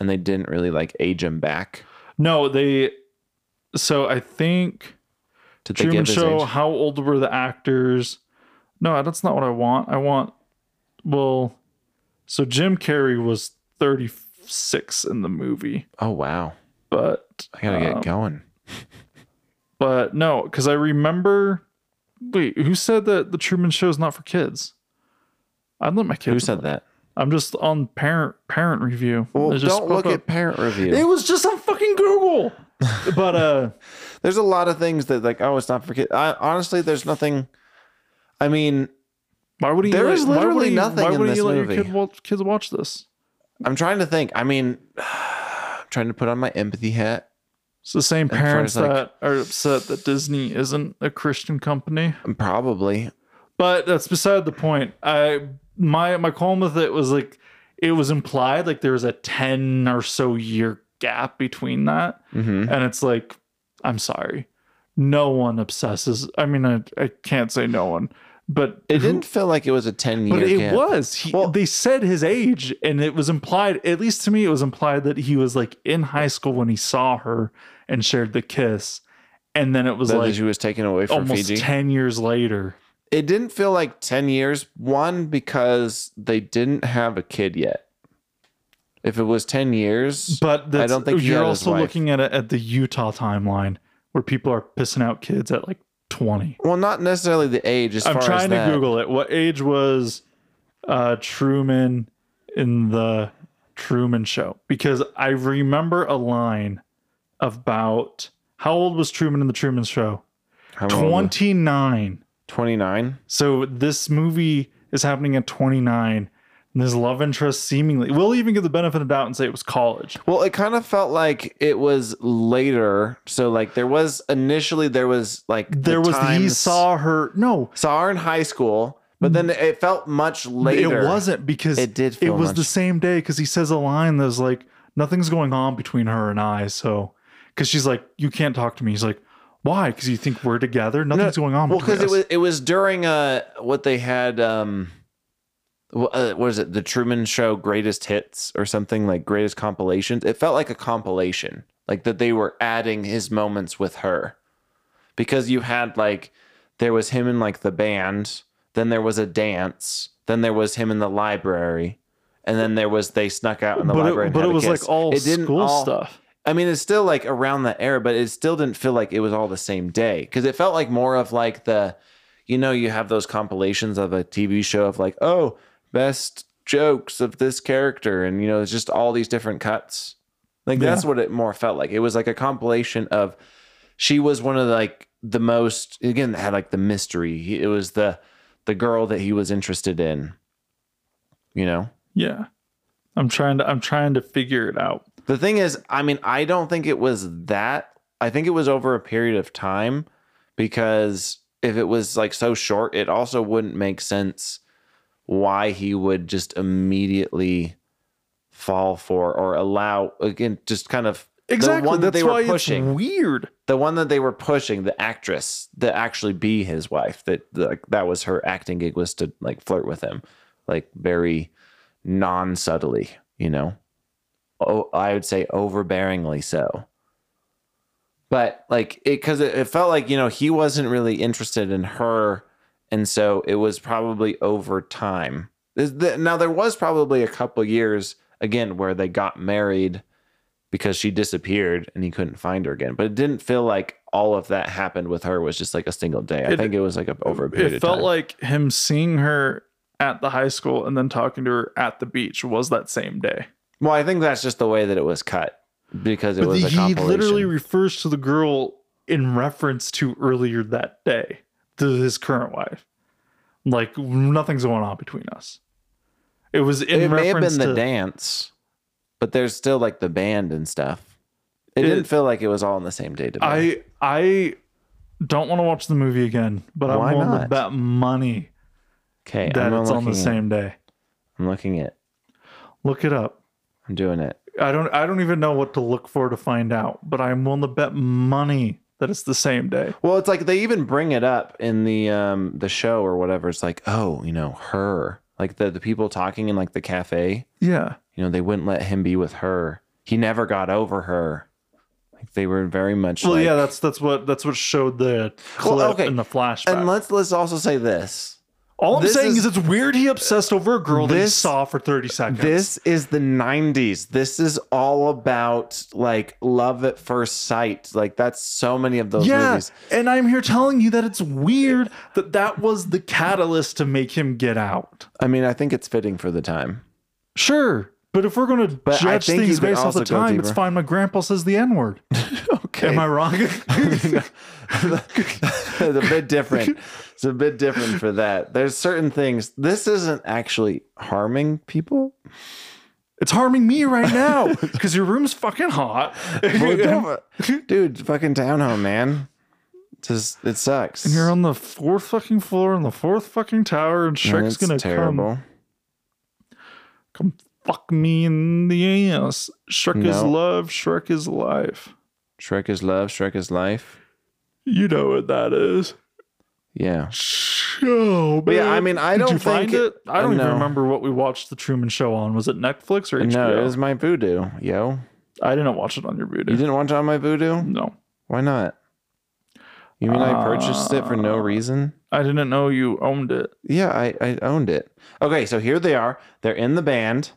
Speaker 2: and they didn't really like age him back.
Speaker 1: no, they. So I think
Speaker 2: Did they
Speaker 1: Truman
Speaker 2: give his
Speaker 1: Show.
Speaker 2: age?
Speaker 1: How old were the actors? no, that's not what I want. I want, well, so Jim Carrey was 36 in the movie,
Speaker 2: Oh wow,
Speaker 1: but
Speaker 2: I gotta
Speaker 1: um,
Speaker 2: get going.
Speaker 1: But no, because I remember. Wait, who said that the Truman Show is not for kids? I let my kids.
Speaker 2: Who said that?
Speaker 1: I'm just on parent parent review.
Speaker 2: Well,
Speaker 1: It just
Speaker 2: don't look
Speaker 1: popped
Speaker 2: at parent
Speaker 1: up.
Speaker 2: review.
Speaker 1: It was just on fucking Google. *laughs* but uh,
Speaker 2: there's a lot of things that like oh it's not for kids. I, honestly, there's nothing. I mean,
Speaker 1: why would you?
Speaker 2: There
Speaker 1: let-
Speaker 2: is
Speaker 1: why would
Speaker 2: literally
Speaker 1: you-
Speaker 2: nothing
Speaker 1: Why
Speaker 2: in
Speaker 1: would
Speaker 2: this
Speaker 1: you let
Speaker 2: movie.
Speaker 1: your kid watch, kids watch this?
Speaker 2: I'm trying to think. I mean, *sighs* I'm trying to put on my empathy hat.
Speaker 1: It's the same
Speaker 2: far
Speaker 1: parents
Speaker 2: as, like-
Speaker 1: that are upset that Disney isn't a Christian company.
Speaker 2: Probably.
Speaker 1: But that's beside the point. I my my qualm with it was like it was implied like there was a ten or so year gap between that.
Speaker 2: hmm
Speaker 1: and it's like i'm sorry no one obsesses i mean i, I can't say no one but
Speaker 2: It
Speaker 1: who-
Speaker 2: didn't feel like it was a 10 year
Speaker 1: but it
Speaker 2: gap.
Speaker 1: was he,
Speaker 2: Well-
Speaker 1: they said his age and it was implied at least to me it was implied that he was like in high school when he saw her and shared the kiss and then it was
Speaker 2: That
Speaker 1: like
Speaker 2: she was taken away from
Speaker 1: almost
Speaker 2: Fiji.
Speaker 1: 10 years later
Speaker 2: It didn't feel like 10 years. One, because they didn't have a kid yet. If it was 10 years,
Speaker 1: but that's,
Speaker 2: don't think he
Speaker 1: you're
Speaker 2: had his
Speaker 1: also
Speaker 2: wife.
Speaker 1: looking at it at the utah timeline where people are pissing out kids at like 20
Speaker 2: well, not necessarily the age as
Speaker 1: I'm
Speaker 2: far as
Speaker 1: trying to
Speaker 2: that.
Speaker 1: Google it. What age was uh, Truman in the Truman Show? Because I remember a line about how old was Truman in the Truman Show?
Speaker 2: How old was-
Speaker 1: 29.
Speaker 2: 29.
Speaker 1: So this movie is happening at 29. And his love interest seemingly, we'll even give the benefit of doubt and say it was college.
Speaker 2: Well, it kind of felt like it was later. So, like, there was initially, there was like, the
Speaker 1: There was, he
Speaker 2: times-
Speaker 1: saw her. No,
Speaker 2: saw her in high school, but then it felt much later.
Speaker 1: It wasn't because
Speaker 2: It did
Speaker 1: It
Speaker 2: feel
Speaker 1: was
Speaker 2: much-
Speaker 1: the same day because he says a line that's like nothing's going on between her and I. So because she's like, you can't talk to me. He's like, why? Because you think we're together. Nothing's going on.
Speaker 2: Well,
Speaker 1: between
Speaker 2: because it
Speaker 1: us."
Speaker 2: was it was during uh what they had um wh- uh, what is it the Truman Show Greatest Hits or something like Greatest Compilations. It felt like a compilation, like that they were adding his moments with her, because you had like there was him in like the band, then there was a dance, then there was him in the library. And then there was they snuck out in the
Speaker 1: but it,
Speaker 2: library. and
Speaker 1: but
Speaker 2: had
Speaker 1: it
Speaker 2: a
Speaker 1: was
Speaker 2: kiss.
Speaker 1: like all
Speaker 2: It didn't
Speaker 1: school
Speaker 2: all-
Speaker 1: stuff.
Speaker 2: I mean, it's still like around that era, but it still didn't feel like it was all the same day because it felt like more of like the, you know, you have those compilations of a TV show of like, oh, best jokes of this character, and you know, it's just all these different cuts. Like that's what it more felt like. It was like a compilation of, she was one of the, like the most again that had like the mystery. He- It was the, the girl that he was interested in. You know,
Speaker 1: Yeah, I'm trying to I'm trying to figure it out.
Speaker 2: The thing is, I mean, I don't think it was that. I think it was over a period of time because if it was like so short, it also wouldn't make sense why he would just immediately fall for or allow again just kind of
Speaker 1: Exactly.
Speaker 2: one that
Speaker 1: That's
Speaker 2: they were
Speaker 1: why
Speaker 2: pushing.
Speaker 1: it's weird.
Speaker 2: the one that they were pushing the actress to actually be his wife that like that was her acting gig was to like flirt with him like very non-subtly you know oh i would say overbearingly so but like it because it, it felt like you know he wasn't really interested in her and so it was probably over time Is the- now there was probably a couple years again where they got married because she disappeared and he couldn't find her again but it didn't feel like all of that happened with her was just like a single day i
Speaker 1: It-
Speaker 2: think it was like a, over a period
Speaker 1: It
Speaker 2: of
Speaker 1: felt
Speaker 2: time
Speaker 1: like him seeing her at the high school and then talking to her at the beach was that same day.
Speaker 2: well i think that's just the way that it was cut because it
Speaker 1: but
Speaker 2: was a
Speaker 1: he
Speaker 2: compilation.
Speaker 1: literally refers to the girl in reference to earlier that day to his current wife like nothing's going on between us it was in
Speaker 2: it may have
Speaker 1: reference
Speaker 2: been the
Speaker 1: to
Speaker 2: dance, but there's still like the band and stuff. It,
Speaker 1: It-
Speaker 2: didn't feel like it was all on the same day to me.
Speaker 1: i i don't want to watch the movie again but
Speaker 2: Why
Speaker 1: i'm willing to
Speaker 2: not?
Speaker 1: bet money
Speaker 2: okay,
Speaker 1: that
Speaker 2: I'm
Speaker 1: it's on the
Speaker 2: looking it.
Speaker 1: same day
Speaker 2: I'm looking it.
Speaker 1: look it up
Speaker 2: I'm doing it.
Speaker 1: i don't i don't even know what to look for to find out but i'm willing to bet money that it's the same day
Speaker 2: Well, it's like they even bring it up in the um the show or whatever. It's like, oh, you know, her. Like the the people talking in like the cafe.
Speaker 1: yeah
Speaker 2: You know, they wouldn't let him be with her. He never got over her. Like they were very much.
Speaker 1: well
Speaker 2: like,
Speaker 1: yeah that's that's what that's what showed the clip
Speaker 2: Well, okay.
Speaker 1: in the flashback
Speaker 2: And let's let's also say this.
Speaker 1: All I'm
Speaker 2: This
Speaker 1: saying
Speaker 2: is-
Speaker 1: is, it's weird he obsessed over a girl that he
Speaker 2: This-
Speaker 1: saw for 30 seconds.
Speaker 2: This is the 90s. This is all about like love at first sight. Like that's so many of those
Speaker 1: yeah,
Speaker 2: movies.
Speaker 1: and I'm here telling you that it's weird that that was the catalyst to make him get out.
Speaker 2: I mean, I think it's fitting for the time.
Speaker 1: Sure, but if we're going to
Speaker 2: But I
Speaker 1: judge
Speaker 2: think you
Speaker 1: things
Speaker 2: can
Speaker 1: based off the
Speaker 2: also go
Speaker 1: time, it's
Speaker 2: deeper.
Speaker 1: fine. My grandpa says the N
Speaker 2: *laughs*
Speaker 1: word.
Speaker 2: Okay.
Speaker 1: Am I wrong?
Speaker 2: *laughs*
Speaker 1: *laughs*
Speaker 2: it's a bit different. It's a bit different for that. There's certain things. This isn't actually harming people.
Speaker 1: *laughs* it's harming me right now because your room's fucking hot.
Speaker 2: Well, don't- Dude, fucking townhome, man. It's Just, it
Speaker 1: *laughs*
Speaker 2: sucks.
Speaker 1: And you're on the fourth fucking floor in the fourth fucking tower, and
Speaker 2: And
Speaker 1: Shrek's
Speaker 2: it's
Speaker 1: gonna come
Speaker 2: terrible.
Speaker 1: come fuck me in the ass. Shrek is
Speaker 2: No.
Speaker 1: love, Shrek is life.
Speaker 2: Shrek is love. Shrek is life.
Speaker 1: You know what that is.
Speaker 2: Yeah.
Speaker 1: Oh,
Speaker 2: But yeah, I
Speaker 1: man.
Speaker 2: mean, I
Speaker 1: Did
Speaker 2: don't
Speaker 1: you find
Speaker 2: think
Speaker 1: it. I don't even
Speaker 2: no.
Speaker 1: remember what we watched the Truman Show on. Was it Netflix or HBO?
Speaker 2: No, it was my voodoo, yo.
Speaker 1: I didn't watch it on your
Speaker 2: You
Speaker 1: Voodoo.
Speaker 2: didn't watch on my voodoo?
Speaker 1: No,
Speaker 2: Why not? You mean I purchased it for no
Speaker 1: Uh,
Speaker 2: reason?
Speaker 1: I didn't know you owned it.
Speaker 2: Yeah, I, I owned it. Okay, so here they are. They're in the band.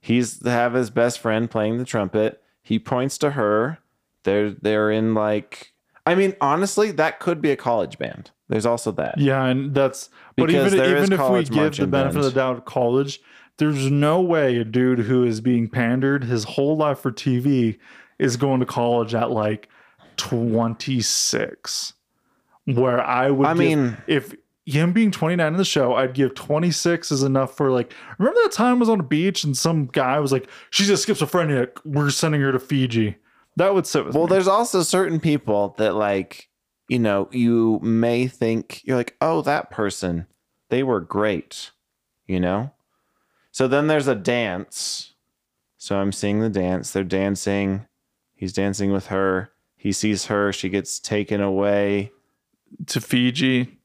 Speaker 2: He's have his best friend playing the trumpet. He points to her. They're they're in like I mean, honestly, that could be a college band. There's also that.
Speaker 1: Yeah, and that's but
Speaker 2: Because
Speaker 1: even
Speaker 2: there is
Speaker 1: even if we
Speaker 2: college
Speaker 1: give the
Speaker 2: marching
Speaker 1: benefit of the
Speaker 2: band.
Speaker 1: doubt of college, there's no way a dude who is being pandered his whole life for TV is going to college at like 26. Where I would
Speaker 2: I
Speaker 1: give-
Speaker 2: mean,
Speaker 1: if him being 29 in the show, I'd give 26 is enough for like remember that time I was on a beach and some guy was like, She's a schizophrenic, we're sending her to Fiji. That would sit with
Speaker 2: well,
Speaker 1: me.
Speaker 2: there's also certain people that like, you know, you may think you're like, "Oh, that person, they were great." You know? So then there's a dance. So I'm seeing the dance. They're dancing. He's dancing with her. He sees her. She gets taken away.
Speaker 1: to Fiji.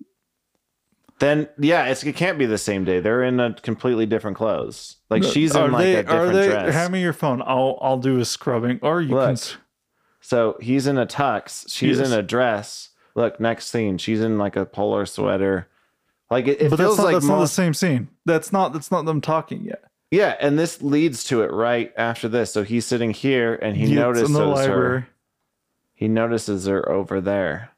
Speaker 2: Then yeah, it's, it can't be the same day. They're in a completely different clothes. Like
Speaker 1: No,
Speaker 2: she's in
Speaker 1: are
Speaker 2: like
Speaker 1: they,
Speaker 2: a different
Speaker 1: are they,
Speaker 2: dress.
Speaker 1: Hand me your phone. I'll I'll do a scrubbing. Or you can
Speaker 2: Look. so he's in a tux. She's
Speaker 1: Yes.
Speaker 2: in a dress. Look, next scene, she's in like a polar sweater. Like it, it
Speaker 1: but that's
Speaker 2: feels
Speaker 1: not
Speaker 2: like
Speaker 1: that's not
Speaker 2: mo-
Speaker 1: the same scene. That's not that's not them talking yet.
Speaker 2: yeah, and this leads to it right after this. So he's sitting here and he
Speaker 1: It's
Speaker 2: notices
Speaker 1: in the
Speaker 2: her.
Speaker 1: library.
Speaker 2: He notices her over there.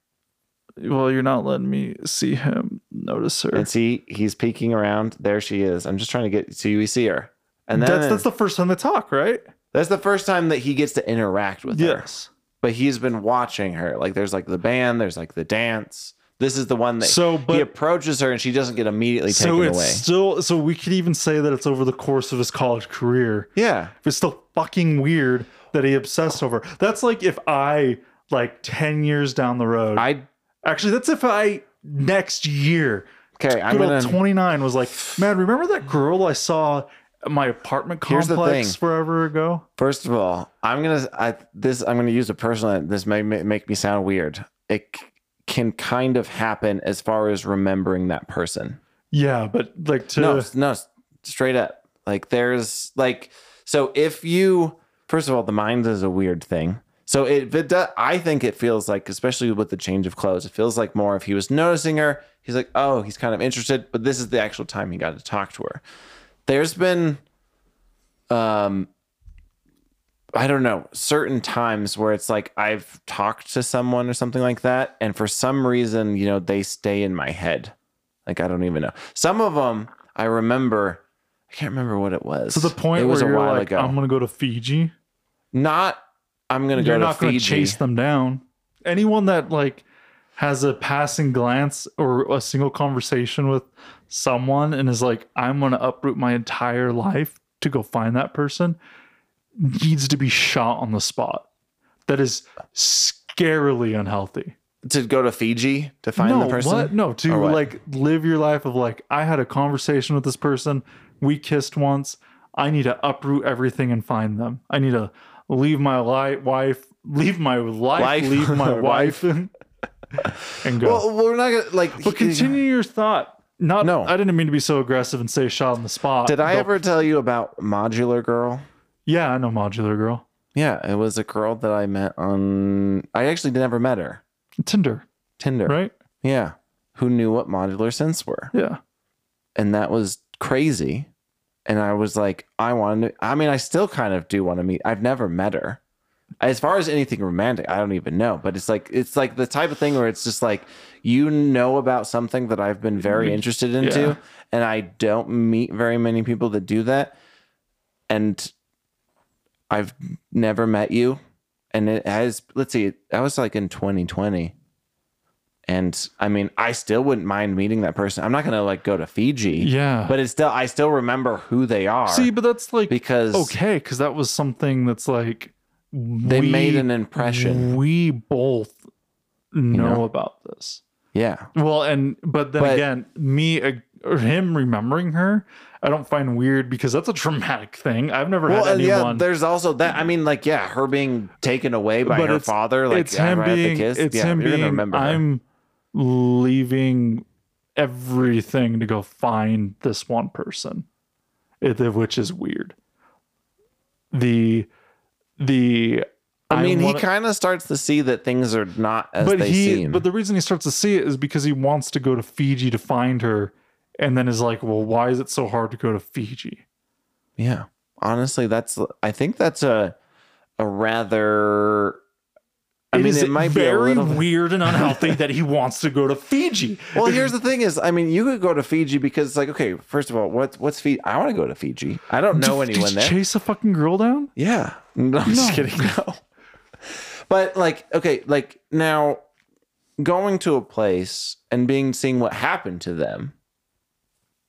Speaker 1: Well, you're not letting me see him notice her.
Speaker 2: And see, he's peeking around. There she is. I'm just trying to get so we see her. And then
Speaker 1: that's that's the first time they talk, right?
Speaker 2: first time that he gets to interact with her.
Speaker 1: Yes.
Speaker 2: But he's been watching her. Like there's like the band, there's like the dance. This is the one that
Speaker 1: So,
Speaker 2: he
Speaker 1: but
Speaker 2: approaches her and she doesn't get immediately taken
Speaker 1: so it's
Speaker 2: away.
Speaker 1: still so we could even say that it's over the course of his college career.
Speaker 2: Yeah.
Speaker 1: It's still fucking weird that he obsessed over. That's like if I like ten years down the road.
Speaker 2: I
Speaker 1: Actually, that's if I next year
Speaker 2: okay, I'm
Speaker 1: good
Speaker 2: gonna
Speaker 1: old 29 was like, man, remember that girl I saw at my apartment
Speaker 2: Here's the
Speaker 1: complex
Speaker 2: thing.
Speaker 1: forever ago?
Speaker 2: first of all, I'm gonna I this I'm gonna use a personal this may ma- make me sound weird. It c- can kind of happen as far as remembering that person.
Speaker 1: Yeah, but like to
Speaker 2: no, s- no, s- straight up. Like there's like so if you first of all, the mind is a weird thing. So it, if it does, I think it feels like, especially with the change of clothes, it feels like more if he was noticing her, he's like, oh, he's kind of interested, but this is the actual time he got to talk to her. There's been, um, I don't know, certain times where it's like I've talked to someone or something like that, and for some reason, you know, they stay in my head. Like I don't even know. Some of them I remember. I can't remember what it was.
Speaker 1: to the point
Speaker 2: it was
Speaker 1: where
Speaker 2: a
Speaker 1: you're
Speaker 2: while
Speaker 1: like, um,
Speaker 2: ago.
Speaker 1: I'm gonna go to Fiji.
Speaker 2: not. I'm gonna
Speaker 1: You're
Speaker 2: go
Speaker 1: not
Speaker 2: to
Speaker 1: gonna
Speaker 2: Fiji.
Speaker 1: chase them down. Anyone that like has a passing glance or a single conversation with someone and is like, I'm gonna uproot my entire life to go find that person needs to be shot on the spot. That is scarily unhealthy.
Speaker 2: to go to Fiji to find
Speaker 1: no,
Speaker 2: the person.
Speaker 1: What? No, to
Speaker 2: Or what?
Speaker 1: like live your life of like, I had a conversation with this person, we kissed once. I need to uproot everything and find them. I need to leave my li- wife, leave my life,
Speaker 2: Life.
Speaker 1: leave
Speaker 2: *laughs*
Speaker 1: my wife,
Speaker 2: Wife.
Speaker 1: and, and go.
Speaker 2: Well, we're not gonna like.
Speaker 1: but continue your thought. Not,
Speaker 2: No.
Speaker 1: I didn't mean to be so aggressive and say shot on the spot.
Speaker 2: Did I
Speaker 1: but-
Speaker 2: ever tell you about Modular Girl?
Speaker 1: Yeah, I know modular girl.
Speaker 2: Yeah, it was a girl that I met on. I actually never met her.
Speaker 1: Tinder,
Speaker 2: Tinder.
Speaker 1: right?
Speaker 2: Yeah. Who knew what modular synths were?
Speaker 1: Yeah.
Speaker 2: and that was crazy. And I was like, I want to. I mean, I still kind of do want to meet. I've never met her. As far as anything romantic, I don't even know. But it's like it's like the type of thing where it's just like you know about something that I've been very
Speaker 1: Mm,
Speaker 2: interested into,
Speaker 1: yeah.
Speaker 2: and I don't meet very many people that do that. And I've never met you, and it has. Let's see, I was like in 2020. And I mean, I still wouldn't mind meeting that person. I'm not gonna like go to Fiji
Speaker 1: Yeah.
Speaker 2: but it's still I still remember who they are
Speaker 1: See, but that's like
Speaker 2: because
Speaker 1: okay, because that was something that's like
Speaker 2: they made an impression.
Speaker 1: We both know,
Speaker 2: know?
Speaker 1: about this.
Speaker 2: Yeah.
Speaker 1: Well, and but then
Speaker 2: But-
Speaker 1: again, me ag- or him remembering her, I don't find weird because that's a traumatic thing. I've never
Speaker 2: Well,
Speaker 1: had
Speaker 2: and yeah,
Speaker 1: anyone.
Speaker 2: there's also that. I mean, like, yeah, her being taken away by
Speaker 1: But
Speaker 2: her
Speaker 1: it's-
Speaker 2: father, like,
Speaker 1: it's him
Speaker 2: right at the
Speaker 1: being.
Speaker 2: kiss,
Speaker 1: It's
Speaker 2: yeah,
Speaker 1: him
Speaker 2: you're gonna
Speaker 1: being.
Speaker 2: remember her.
Speaker 1: I'm leaving everything to go find this one person, it- which is weird. The the.
Speaker 2: I mean,
Speaker 1: wanna-
Speaker 2: he kind of starts to see that things are not as
Speaker 1: but
Speaker 2: they
Speaker 1: he
Speaker 2: seem.
Speaker 1: but the reason he starts to see it is because he wants to go to Fiji to find her and then is like, "Well, why is it so hard to go to Fiji?"
Speaker 2: yeah, honestly, that's. I think that's a a rather. I mean,
Speaker 1: is
Speaker 2: it might be a
Speaker 1: very
Speaker 2: little.
Speaker 1: weird and unhealthy that he wants to go to Fiji.
Speaker 2: *laughs* Well, here's the thing: is I mean, you could go to Fiji because, it's like, okay, first of all, what's what's Fiji? I want to go to Fiji. I don't know
Speaker 1: Did
Speaker 2: anyone
Speaker 1: you
Speaker 2: there.
Speaker 1: Chase a fucking girl down?
Speaker 2: Yeah. *laughs* No, I'm just
Speaker 1: No.
Speaker 2: kidding. No. *laughs* But like, okay, like now going to a place and being seeing what happened to them.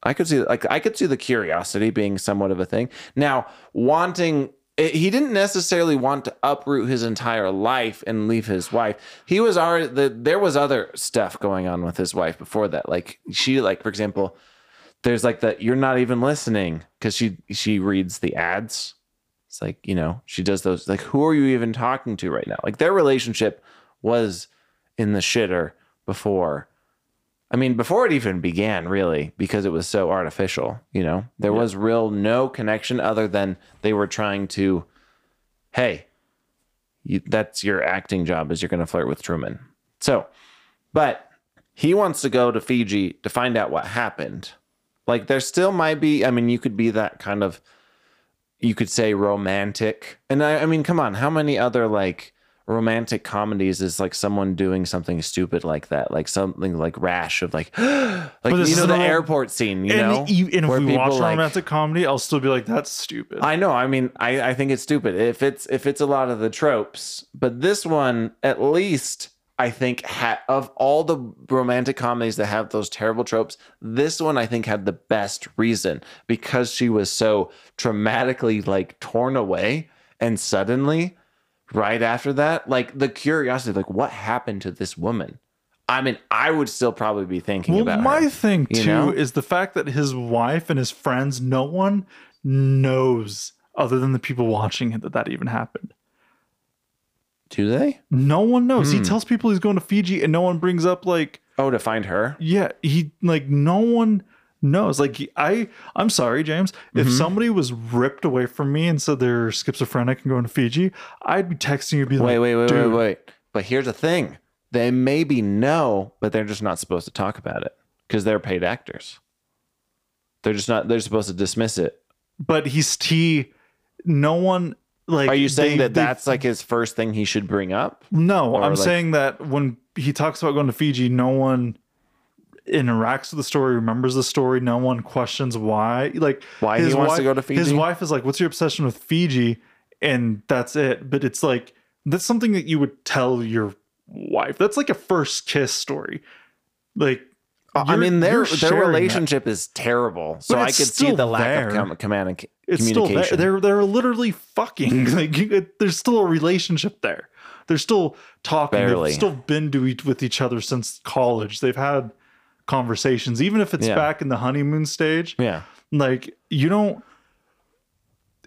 Speaker 2: I could see like I could see the curiosity being somewhat of a thing. Now, wanting it- he didn't necessarily want to uproot his entire life and leave his wife. He was already the, there was other stuff going on with his wife before that. Like she like for example, there's like that you're not even listening cuz she she reads the ads. It's like, you know, she does those. Like, who are you even talking to right now? Like, their relationship was in the shitter before. I mean, before it even began, really, because it was so artificial, you know? There was real no connection other than they were trying to, hey, you, that's your acting job is you're going to flirt with Truman. So, but he wants to go to Fiji to find out what happened. Like, there still might be, I mean, you could be that kind of you could say romantic. And I, I mean, come on, how many other like romantic comedies is like someone doing something stupid like that, like something like rash of like, *gasps* like
Speaker 1: this
Speaker 2: you know
Speaker 1: is
Speaker 2: the
Speaker 1: not-
Speaker 2: airport scene, you
Speaker 1: and,
Speaker 2: know,
Speaker 1: e- and
Speaker 2: where
Speaker 1: if we watch
Speaker 2: people,
Speaker 1: a
Speaker 2: like-
Speaker 1: romantic comedy, I'll still be like, "That's stupid."
Speaker 2: I know. I mean, I, I think it's stupid if it's if it's a lot of the tropes, but this one at least I think ha- of all the romantic comedies that have those terrible tropes, this one I think had the best reason because she was so traumatically like torn away and suddenly right after that, like the curiosity, like what happened to this woman? I mean, I would still probably be thinking
Speaker 1: well,
Speaker 2: about
Speaker 1: my
Speaker 2: her.
Speaker 1: thing
Speaker 2: you
Speaker 1: too
Speaker 2: know?
Speaker 1: is the fact that his wife and his friends, no one knows other than the people watching it that that even happened.
Speaker 2: Do they?
Speaker 1: No one knows. He
Speaker 2: Hmm.
Speaker 1: tells people he's going to Fiji and no one brings up like
Speaker 2: Oh, to find her?
Speaker 1: yeah, he like no one knows. Like he- I I'm sorry, James. If
Speaker 2: Mhm.
Speaker 1: somebody was ripped away from me and said they're schizophrenic and going to Fiji, I'd be texting you be
Speaker 2: wait,
Speaker 1: like
Speaker 2: wait, wait,
Speaker 1: dude.
Speaker 2: wait, wait. But here's the thing: they maybe know, but they're just not supposed to talk about it because they're paid actors. They're just not. They're supposed to dismiss it.
Speaker 1: but he's he no one like
Speaker 2: Are you saying
Speaker 1: they-
Speaker 2: that
Speaker 1: they-
Speaker 2: that's like his first thing he should bring up?
Speaker 1: No,
Speaker 2: or,
Speaker 1: I'm
Speaker 2: like-
Speaker 1: saying that when he talks about going to Fiji, no one interacts with the story, remembers the story, no one questions why. Like
Speaker 2: Why he wants to go to Fiji?
Speaker 1: His wife is like, "What's your obsession with Fiji?" And that's it. But it's like that's something that you would tell your wife. That's like a first kiss story. Like,
Speaker 2: I
Speaker 1: you're-
Speaker 2: mean, their
Speaker 1: you're
Speaker 2: their
Speaker 1: sharing that.
Speaker 2: relationship is terrible. So
Speaker 1: But
Speaker 2: I
Speaker 1: it's
Speaker 2: could see
Speaker 1: still
Speaker 2: the lack
Speaker 1: there.
Speaker 2: of com- command-
Speaker 1: It's still there.
Speaker 2: communication.
Speaker 1: They're they're literally fucking. *laughs* Like, you- it- there's still a relationship there. They're still talking.
Speaker 2: Barely.
Speaker 1: They've still been to each, with each other since college. They've had conversations, even if it's
Speaker 2: Yeah.
Speaker 1: back in the honeymoon stage.
Speaker 2: yeah.
Speaker 1: like you don't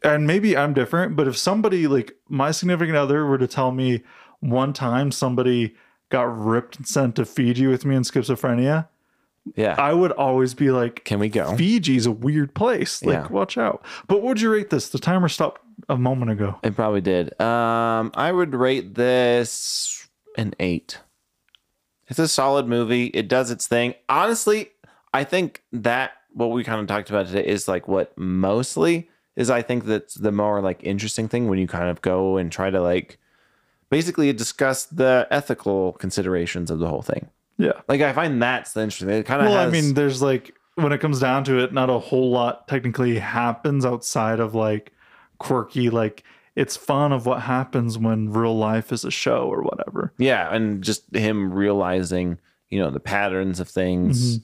Speaker 1: and maybe i'm different but if somebody like my significant other were to tell me one time somebody got ripped and sent to fiji with me in schizophrenia
Speaker 2: Yeah.
Speaker 1: i would always be like
Speaker 2: Can we go?
Speaker 1: fiji's a weird place like
Speaker 2: Yeah.
Speaker 1: watch out but what would you rate this the timer stopped a moment ago
Speaker 2: It probably did. Um, I would rate this an eight. It's a solid movie. It does its thing. Honestly, I think that what we kind of talked about today is like what mostly is I think that's the more like interesting thing when you kind of go and try to like basically discuss the ethical considerations of the whole thing.
Speaker 1: Yeah.
Speaker 2: Like I find that's the interesting. It kind of
Speaker 1: Well,
Speaker 2: has,
Speaker 1: I mean, there's like when it comes down to it, not a whole lot technically happens outside of like quirky, like it's fun of what happens when real life is a show or whatever.
Speaker 2: yeah, and just him realizing you know the patterns of things.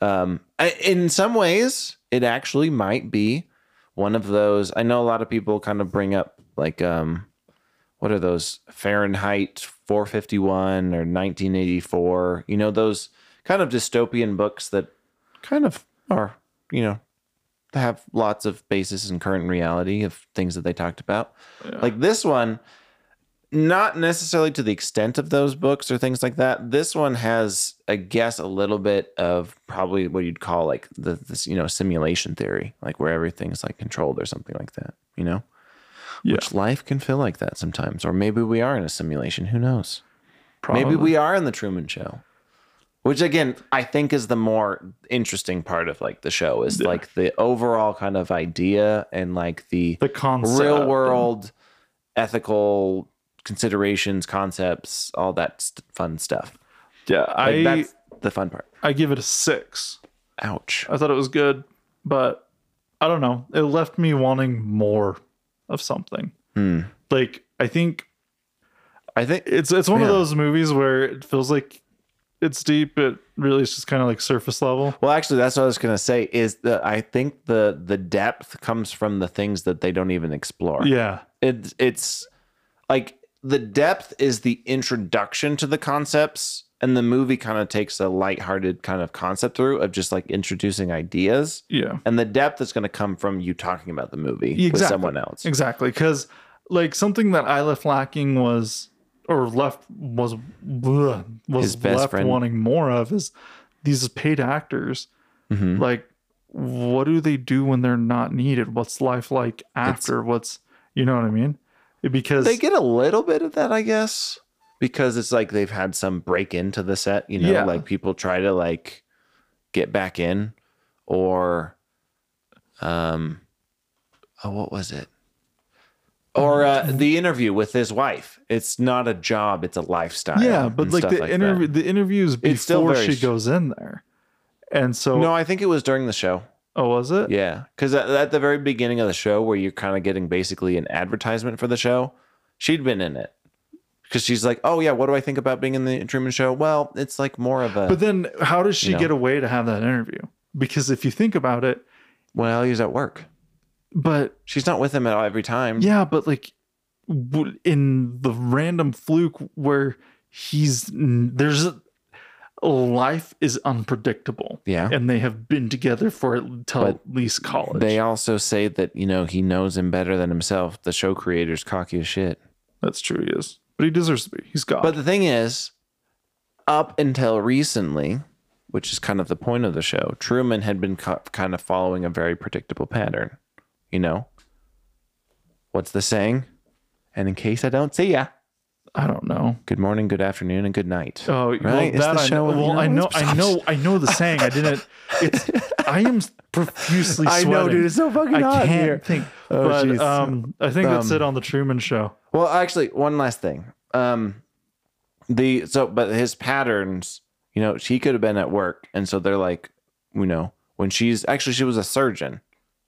Speaker 2: Um, I, in some ways, it actually might be one of those. I know a lot of people kind of bring up like um, what are those Fahrenheit 451 or 1984? You know those kind of dystopian books that kind of are you know have lots of basis in current reality of things that they talked about.
Speaker 1: Yeah.
Speaker 2: Like this one, not necessarily to the extent of those books or things like that. This one has, I guess, a little bit of probably what you'd call like the this, you know, simulation theory, like where everything's like controlled or something like that, you know?
Speaker 1: Yeah.
Speaker 2: Which life can feel like that sometimes. Or maybe we are in a simulation. Who knows? Maybe
Speaker 1: Probably.
Speaker 2: we are in the Truman Show. Which again, I think is the more interesting part of like the show is
Speaker 1: Yeah.
Speaker 2: like the overall kind of idea and like the
Speaker 1: the concept
Speaker 2: real
Speaker 1: and-
Speaker 2: world ethical considerations, concepts, all that st- fun stuff.
Speaker 1: Yeah,
Speaker 2: Like
Speaker 1: I
Speaker 2: that's the fun part.
Speaker 1: I give it a six.
Speaker 2: Ouch.
Speaker 1: I thought it was good, but I don't know. It left me wanting more of something.
Speaker 2: Hmm.
Speaker 1: Like I think
Speaker 2: I think
Speaker 1: it's it's one of
Speaker 2: Yeah.
Speaker 1: those movies where it feels like it's deep, but really it's just kind of like surface level.
Speaker 2: well actually that's what I was going to say is that I think the the depth comes from the things that they don't even explore.
Speaker 1: Yeah,
Speaker 2: It's it's like the depth is the introduction to the concepts and the movie kind of takes a lighthearted kind of concept through of just like introducing ideas
Speaker 1: yeah,
Speaker 2: and the depth is going to come from you talking about the movie with
Speaker 1: Exactly.
Speaker 2: someone else.
Speaker 1: exactly. Because like something that I left lacking was, or left was bleh, was
Speaker 2: His best
Speaker 1: left
Speaker 2: friend.
Speaker 1: wanting more of is these paid actors.
Speaker 2: Mhm.
Speaker 1: Like, what do they do when they're not needed? What's life like after? What's you know what I mean? Because
Speaker 2: they get a little bit of that, I guess, because it's like they've had some break into the set, you know,
Speaker 1: Yeah.
Speaker 2: like people try to like get back in or um oh what was it? Or uh, the interview with his wife. It's not a job, it's a lifestyle.
Speaker 1: yeah, but
Speaker 2: and
Speaker 1: like
Speaker 2: stuff
Speaker 1: the
Speaker 2: that.
Speaker 1: interview, the interviews before
Speaker 2: It's still very
Speaker 1: she
Speaker 2: sh-
Speaker 1: goes in there, and so
Speaker 2: No, I think it was during the show.
Speaker 1: oh, was it?
Speaker 2: Yeah, because at, at the very beginning of the show, where you're kind of getting basically an advertisement for the show, she'd been in it because she's like, "Oh yeah, what do I think about being in the Truman Show?" Well, it's like more of a
Speaker 1: But then, how does she
Speaker 2: know.
Speaker 1: get away to have that interview? Because if you think about it,
Speaker 2: well, he's at work.
Speaker 1: but
Speaker 2: She's not with him at all every time.
Speaker 1: yeah, but like w- in the random fluke where he's n- there's a, life is unpredictable,
Speaker 2: yeah.
Speaker 1: and they have been together for at- till
Speaker 2: But
Speaker 1: at least college.
Speaker 2: They also say that you know he knows him better than himself. The show creator's cocky as shit.
Speaker 1: That's true. He is, but he deserves to be. He's God.
Speaker 2: But the thing is, up until recently, which is kind of the point of the show, Truman had been co- kind of following a very predictable pattern. You know, what's the saying? And in case I don't see ya,
Speaker 1: I don't know.
Speaker 2: good morning, good afternoon, and good night.
Speaker 1: Oh,
Speaker 2: Right? It's
Speaker 1: well, that
Speaker 2: the
Speaker 1: I
Speaker 2: show
Speaker 1: know.
Speaker 2: of-
Speaker 1: Well,
Speaker 2: you know,
Speaker 1: I know,
Speaker 2: it's-
Speaker 1: I
Speaker 2: *laughs*
Speaker 1: know, I know the saying. I didn't. It's. I am profusely
Speaker 2: *laughs* I
Speaker 1: sweating.
Speaker 2: know, dude. It's so fucking
Speaker 1: I
Speaker 2: hot
Speaker 1: can't
Speaker 2: here.
Speaker 1: think.
Speaker 2: Oh,
Speaker 1: but
Speaker 2: jeez.
Speaker 1: um, I think that's
Speaker 2: Um,
Speaker 1: it on the Truman Show.
Speaker 2: Well, actually, one last thing. Um, the so, but his patterns, you know, she could have been at work, and so they're like, you know, when she's actually she was a surgeon,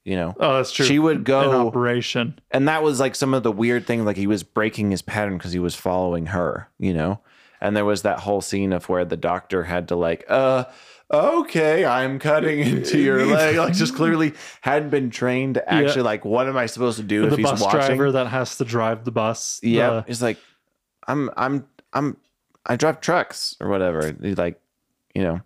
Speaker 2: you know,
Speaker 1: Oh, that's true. uh,
Speaker 2: she would
Speaker 1: An
Speaker 2: go
Speaker 1: operation.
Speaker 2: and that was like some of the weird thing like he was breaking his pattern because he was following her you know and there was that whole scene of where the doctor had to like uh okay i'm cutting into your leg
Speaker 1: *laughs*
Speaker 2: like just clearly hadn't been trained to actually like what am i supposed to do
Speaker 1: The
Speaker 2: if he's
Speaker 1: bus
Speaker 2: watching
Speaker 1: driver that has to drive the bus.
Speaker 2: yeah
Speaker 1: the-
Speaker 2: he's like i'm i'm i'm i drive trucks or whatever he's like you know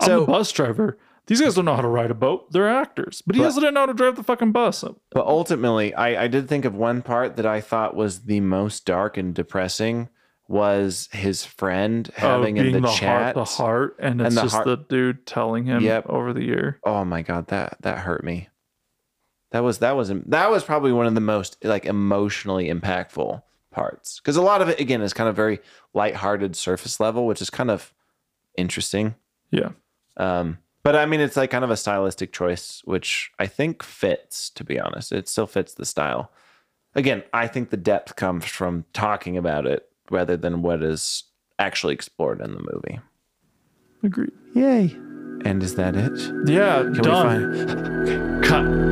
Speaker 1: I'm
Speaker 2: so
Speaker 1: the bus driver. These guys don't know how to ride a boat. They're actors, but he
Speaker 2: But-
Speaker 1: also didn't know how to drive the fucking bus.
Speaker 2: But ultimately, I, I did think of one part that I thought was the most dark and depressing was his friend having
Speaker 1: oh,
Speaker 2: in
Speaker 1: being
Speaker 2: the,
Speaker 1: heart,
Speaker 2: chat.
Speaker 1: the heart, and it's
Speaker 2: And the
Speaker 1: just
Speaker 2: heart-
Speaker 1: the dude telling him
Speaker 2: Yep.
Speaker 1: over the year.
Speaker 2: Oh my god, that that hurt me. That was that was that was probably one of the most like emotionally impactful parts because a lot of it again is kind of very lighthearted surface level, which is kind of interesting.
Speaker 1: Yeah.
Speaker 2: Um, But I mean, it's like kind of a stylistic choice, which I think fits, to be honest. It still fits the style. Again, I think the depth comes from talking about it rather than what is actually explored in the movie.
Speaker 1: Agreed.
Speaker 2: Yay. And is that it?
Speaker 1: Yeah,
Speaker 2: Can
Speaker 1: done.
Speaker 2: we find
Speaker 1: Cut.